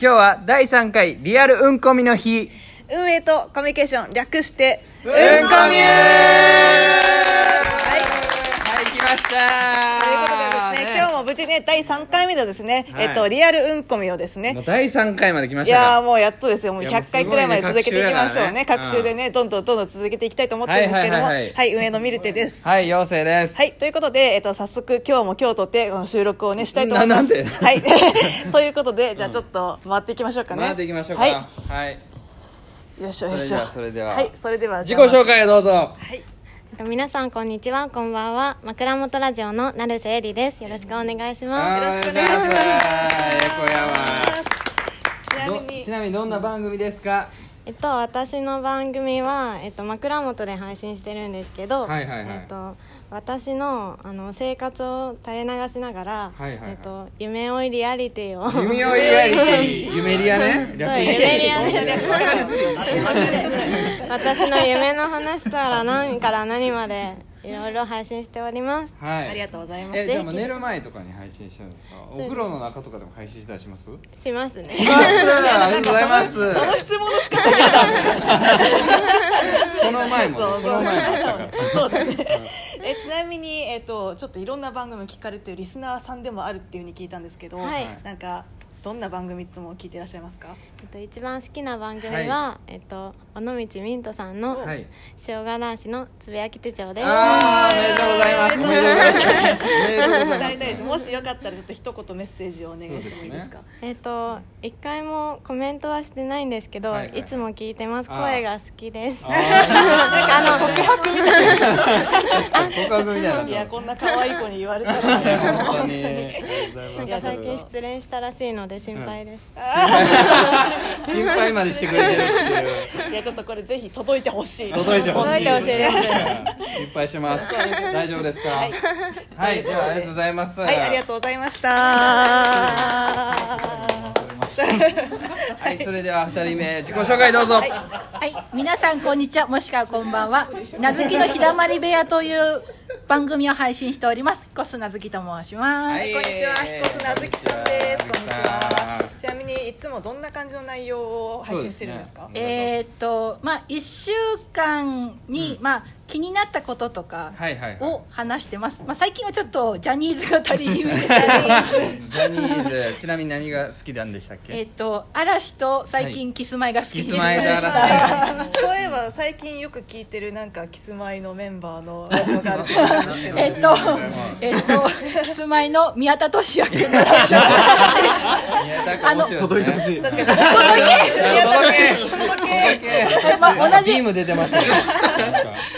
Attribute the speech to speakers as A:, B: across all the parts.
A: 今日は第3回リアルうんこみの日
B: 運営とコミュニケーション略してうんこみ
A: うんこみゅー
B: はい
A: はい来ました
B: ということでですね今日も無事ね第3回目のですね、
A: はい
B: えっとリアルうんこみをです
A: も
B: ね
A: う第3回まで来ま
B: い
A: した
B: やー
A: か
B: もうやっとですよもう
A: いやもう
B: 100回くらいまで続けていきましょ
A: すご
B: うね
A: いね
B: 各
A: 隔週
B: 週
A: だね
B: でねどんどんどんどん続けていきたいと思ってるんですけども
A: は
B: はいい
A: はいはいはい
B: 運営のミルテです
A: はい妖精です
B: はい、ということで、えっと、早速今日も今日とってこの収録をねしたいと思います
A: ななんで
B: はいという ことでじゃあちょっと回っていきましょうかね
A: 回っていきましょう
B: は
A: かはい
B: い、よいしょよいし
A: それで
B: ょ
A: はそれではい
B: それでは
A: 自
B: じ
A: 己
B: ゃあ
A: 紹介をどうぞ
B: はい
C: 皆さんこんにちはこんばんは枕元ラジオの成瀬えりですよろしくお願いし
A: は
C: ま
A: い
B: よろしく
C: す
B: お
A: お願
B: 願
A: いし
B: いし
A: ま
B: ますす。ちなみ
A: ど
B: に、
A: ちなみにどんな番組ですか
C: えっと私の番組はえっと枕元で配信してるんですけど、
A: はいはいはい
C: えっと私のあの生活を垂れ流しなが
A: は
C: ら、
A: いはいはい
C: えっと夢追いリアリティを
A: 夢をリアリテ ィ夢リアね
C: そう夢リア
A: リ
C: ね私の夢の話から何から何までいろいろ配信しております。
A: はい
B: ありがとうございます。
A: えじゃあもう寝る前とかに配信してるんですかお風呂の中とかでも配信したりし ます
C: しますね。
A: ありがとうございます
B: その質問の仕方
A: この前も
B: そう
A: ねこの前もあったから
B: そうだね。えちなみにえっ、とちょっといろんな番組を聞かれてるリスナーさんでもあるっていうふうに聞いたんですけど、
C: はい
B: なんかどんな番組いつも聞いていらっしゃいますか？
C: えっと一番好きな番組は、えっと尾道ミントさんの
A: はい
C: 塩が男子のつぶやき手帳です。
A: あーおめでとうございますおめでとうございますおめでとうございます
B: 伝えたいです。もしよかったらちょっと一言メッセージをお願いしてもいいですか？
C: えっと一回もコメントはしてないんですけど、
A: はい
C: い
A: はい
C: つも聞いてます
A: あー
C: 声が好きです
A: あー
C: なんかあの
A: 確かに告白みたいないの
B: やこんな可愛い子に言われたら
A: いや
B: ね
A: 本当にあ
C: なん
A: り
C: か
A: がとうござい
C: 最近
A: ます
C: 失恋したらしいので心配です、
A: 心配までしてくれてるっていう
B: いやちょっとこれぜひ届いてほしい。
A: 届いてほしい
C: 届いてほしい です
A: 心配してます大丈夫ですか
B: は
A: はい
B: い、
A: ではありがとうございます
B: はい、ありがとうございました。は
A: はいそれでは二人目自己紹介どうぞは
D: はい、皆さんこんにちは、もしくはこんばんは。なずきのひだまり部屋という番組を配信しております。コスなずきと申します。
A: い
B: こんにちは、ひこすなずきさんです。こんにちは
A: こんにちは。
B: ちなみに、いつもどんな感じの内容を配信してるんです
A: そ
B: か
A: う。ですね
D: えーっと、まあ一週間に、まあ気になったこととか
A: はいはいはい
D: を話してます。まあ最近はちょっとジャニーズ語り気味ですけ ど
A: ジャニーズちなみに何が好きなんでしたっ
D: え
A: け
D: ーっと嵐と最近キスマイが好き
A: キ
D: です。
A: スマイダーラス
B: そういえば、最近よく聞いてる、なんかキスマイのメンバーのラジオがあるって言うんですけど。
D: えーっと、えーっと、キスマイの宮田俊明のラジオ。
A: あの届いてほ しい届 け届け
D: え まあ同
A: ビ
D: じ
A: ーム出てましたけど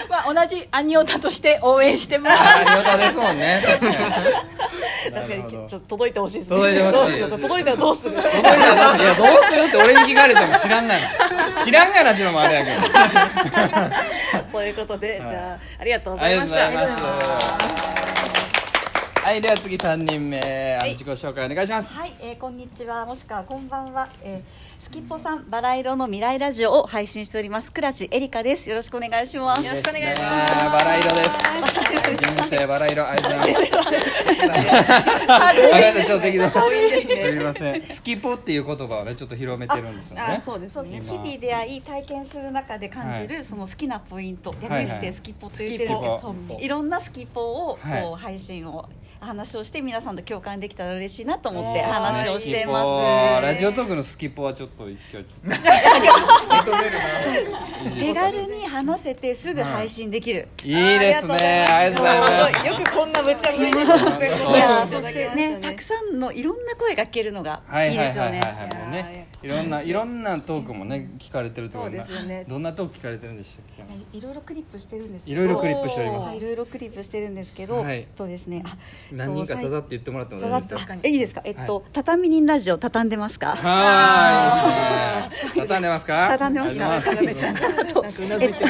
D: まあ、同じアニオタとして応援してます。
A: ありがたですもんね確かに
B: 確かに、ちょっと届いてほしいですね。
A: 届いて
B: ど
A: ほし
B: う
A: い
B: するの届いたらどうするの。
A: いやどうするって俺に聞かれても知らんがな知らんがなっていうのもあれやけど
B: ということで、じゃあ、ありがとうご
A: あり
B: ざい
A: がとう
B: まし
A: ござい
B: た。
A: ますはいでは次三人目あの自己紹介お願いします
E: はい、えー、こんにちは、もしくはこんばんは、えー、スキッポさん、バラ色の未来ラジオを配信しております。クラチエリカです。よろしくお願いします。よろしくお願い
A: ねえバラ色です人生バラ色ありがとうございますありがとうちょっと適当すみませんスキポっていう言葉をねちょっと広めてるんですよね
B: あ、そうですね。
E: 日々出会い、体験する中で感じる、その好きなポイント、略し
A: はいはい
E: てスキッポと言ってるんです
A: スキポ
E: けど、いろんなスキポを、こ
A: はいう
E: 配信を、話をして、皆さんと共感できたら嬉しいなと思って
A: おー
E: 話をして
A: ス
E: ま
A: キポ
E: す。
A: ラジオトークのスキポはちょっと一挙
E: 手軽に話せて、すぐ配信できる。
A: いいですねありがとうございます
B: よくこんな無茶ぶりに突然
E: いやーそ
B: 答
E: し
B: えをいた
E: て
B: だきま
E: ね、
B: した
E: たくさんのいろんな声が聞けるのが
A: はい
E: いい
A: はい
E: で
A: はいは
E: すよ
A: い
E: ね。
A: はいもうねいろんないろんなトークもね聞かれてるところ
B: そうですよね
A: どんなトーク聞かれてるんでしたっ
E: いろいろクリップしてるんです
A: け
E: け
A: い
E: ど
A: ろいろクリップしておりま
E: はい、い
A: す
E: ろいろクリップしてるんですけど、
A: はい
E: とですね、あ、
A: 何人かザザ
E: ざ
A: って言ってもらっても
E: ざ
A: 大丈夫
E: ざっ
A: ですか
E: あいいですか、えっと、畳人ラジオ畳んでますか。
A: はーいいいですね畳んでますか
E: 畳んでますか。
A: ありがとうござい
E: ちゃ んあと、えっと、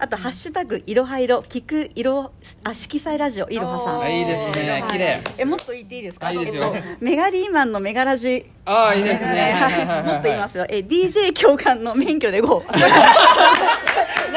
E: あとハッシュタグいろは色聞く色あ色彩ラジオいろはさん。
A: あいいですね
E: はい
A: 綺麗
E: えもっと言っていいですか。
A: あいいですよ
E: えっとメガリーマンのメガラジ。
A: ああいいですね
E: はいもっと言いますよ。え DJ 教官の免許で GO。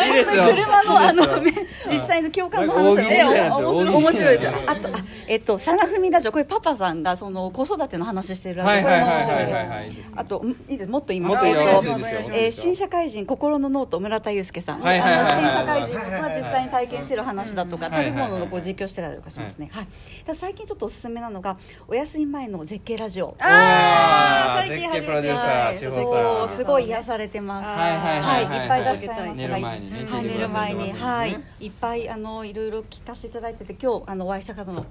A: いいですよ
E: 車のあの
A: いいで
E: ね
A: すよ
E: 実際の共感の
A: なんか大
E: 話
A: 喜利みたいな
E: 面
A: 大喜利
E: 白い面白いですよあとあえっとサナフミラジオこれパパさんがその子育ての話してるラジオこれも面白い
A: はいはいはいはいはいいい
E: で
A: ですす
E: あとんいいですもっと言いま
A: も
E: す
A: っとよ
E: えっ
A: ろしいですよ
E: えー新社会人心のノート村田祐介さん、
A: はいはいはい
E: あの
A: はい
E: 新社会人が実際に体験してる話だとか、
A: ん
E: 食べ物のこう実況してたりとかしますね、はいただ最近ちょっとおすすめなのがお休み前の絶景ラジオ
B: あー
A: おー
B: 最近
A: 絶
B: 初めて
A: 景プロデューサ
E: は
A: ー
E: い
A: 志
E: そ
A: 保
E: う
A: さん
E: すごい癒されてます
A: はいはいはいはい
E: いっぱい出しちゃいました
A: 寝
E: が
A: る前にね
E: はい
A: 聞い
E: 寝
A: てく
E: る
A: ださ
E: 前
A: い
E: に
A: ってことですね
E: はいいっぱいあのいろいろ聞かせていただいてて今日あのお会いした方の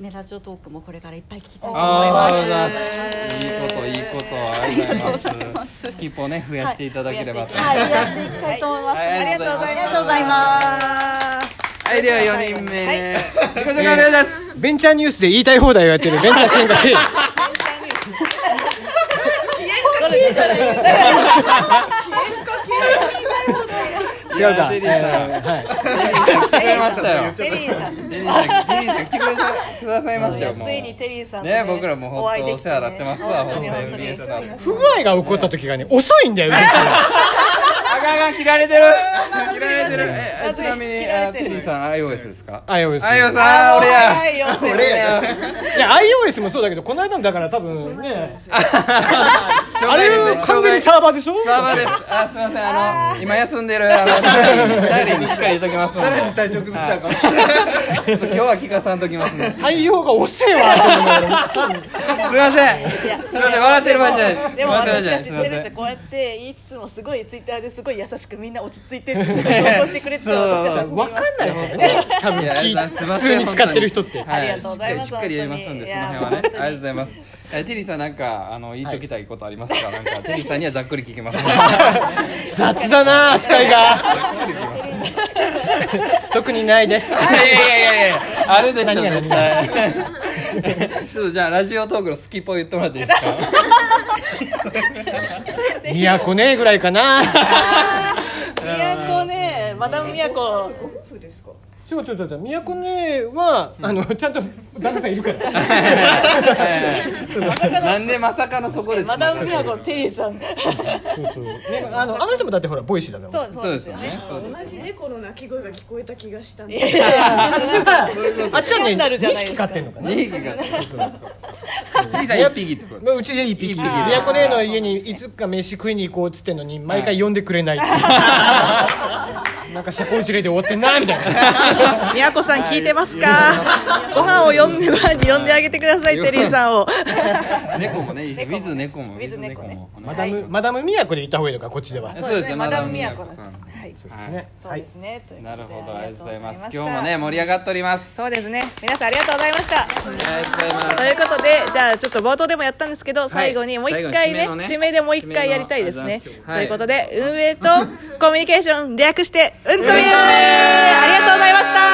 E: ねラジオトークもこれからいっぱい聞きたいと思い
A: あ
E: ます
A: ーいいこといいことありがとうございますスキポね増やしていただければと
E: はいやっていきたいと思います
A: はい
E: あ
A: あ
E: り
A: りがと
E: がとう
A: う
E: ご
A: ご
E: ざ
A: ざ
E: い
A: い
E: ま
A: ます
E: すありがとうございます
A: はいでは四人目自己紹介お願いします
F: ベンチャーニュースで言いたい放題をやってるベンチャー支援会です。支援会じゃないですか。違うか。
A: 来れましたよ
B: テリーさん
A: ゼリーさんゼリーさん来てくださいくださいましたよもう
B: ついにテリーさんと
A: ね僕らも本当
B: お会いできてね
A: お世話になってますわ
B: 本当に
A: 本当に
B: 本当
A: MBS さん
B: に
F: 不具合が起こった時がね遅いんだよ。
A: 赤が切られてる切られてるえ
B: ま
A: ち
B: ずい
A: なみに
B: 切ら
A: あ
B: れてる
A: テリーさん iOS ですか
F: iOS
A: あ iOS あー俺や
B: はいよせ俺
F: いや iOS もそうだけどこの間のだから多分ねあ
A: 障害
F: れ
A: ですね
F: 完全にサーバーでしょ。
A: サーバーです。あ、すみません。あの今休んで るあのチャーリーにしっかり入れときますので。さらに体調崩しちゃうかもしれない。今日は聞かさんときます ね。
F: 対応が遅いわ。と思う
A: すみません。すみません。笑ってる場合じゃないです。
B: でも
A: 笑ってる場合
B: 私
A: じゃな
B: た
A: い。
B: ち
A: す
B: テ
A: み
B: リ
A: ませ
B: ーさん
A: ん。
B: こうやって言いつつもすごいツイッターですごい優しくみんな落ち着いてって投稿 してくれてた私たち
F: わかんないもんね。多分
A: いや
F: 聞い
A: いやすいま
F: 普
A: せ
F: 通
A: ん
F: に使ってる人って。
A: は
B: ありがとうございます
A: しっかりしっかりやりますんで、その辺はね。あ
B: 本当
A: り
B: に
A: がとうございます。えテリーさんなんかあの言っときたいことありますか。なんかテリーさんにはざっくり聞 きます。
F: 雑だな扱いが 特にないです
A: いやいやいやいやあるでしょ
F: 何が
A: 絶対 ちょっとじゃあラジオトークのスキポ言ってもらっていいですか
F: 都ねぐらいかな
B: 都ねマダム都
F: ちょちょちょちょ都ねはあのちゃんと旦那さんいるから
A: なんでまさかのそこで
B: マダム都テリーさん
F: そうそうねあのあの人もだってほらボイシーだから
B: そう
A: そう
B: そう
A: で
B: ですす
A: よ
B: よ
A: ね
B: ね
A: そうです
G: 同じ猫の鳴き声が聞こえた気がしたんで
F: あっちはあっち
B: そ
F: は
B: うな
F: ね
B: るじゃ
F: 二
B: ないですか
F: 匹飼ってんのかな
A: 2匹がテリーさん1匹ってこと
F: まあうちで一匹
A: 一匹
F: 都ねの家にいつか飯食いに行こうっつってんのに毎回呼んでくれ ないなんか社交辞令で終わってんなみたいな
B: 都さん聞いてますかご飯を呼んで呼んであげてくださいテリーさん を
A: 猫もねウィズ猫もウィズ猫
B: with
A: も
F: マダムマダム都で行った方がいいのかこっちでは
A: そうですね
B: マ
A: マ
B: ダ
A: ダ
B: ム
A: ム
B: 宮
A: 宮
B: 子
A: 子
B: です
A: さん
B: はい
A: はい
F: ね
B: そうですねということ
A: な
B: で
A: るほどありがとうございます
B: ありがとう
A: 今日も
B: ございました
A: ね盛り上がっております
B: そうですね皆さんありがとうございました
A: ありがとうございます
B: ということでじゃあちょっと冒頭でもやったんですけど最後にもう一回ね
A: 最後に締めのね
B: 締めでもう一回やりたいですねと
A: 締めのはい
B: いうことで運営とコミュニケーション略してうんこみゅーありがとうございました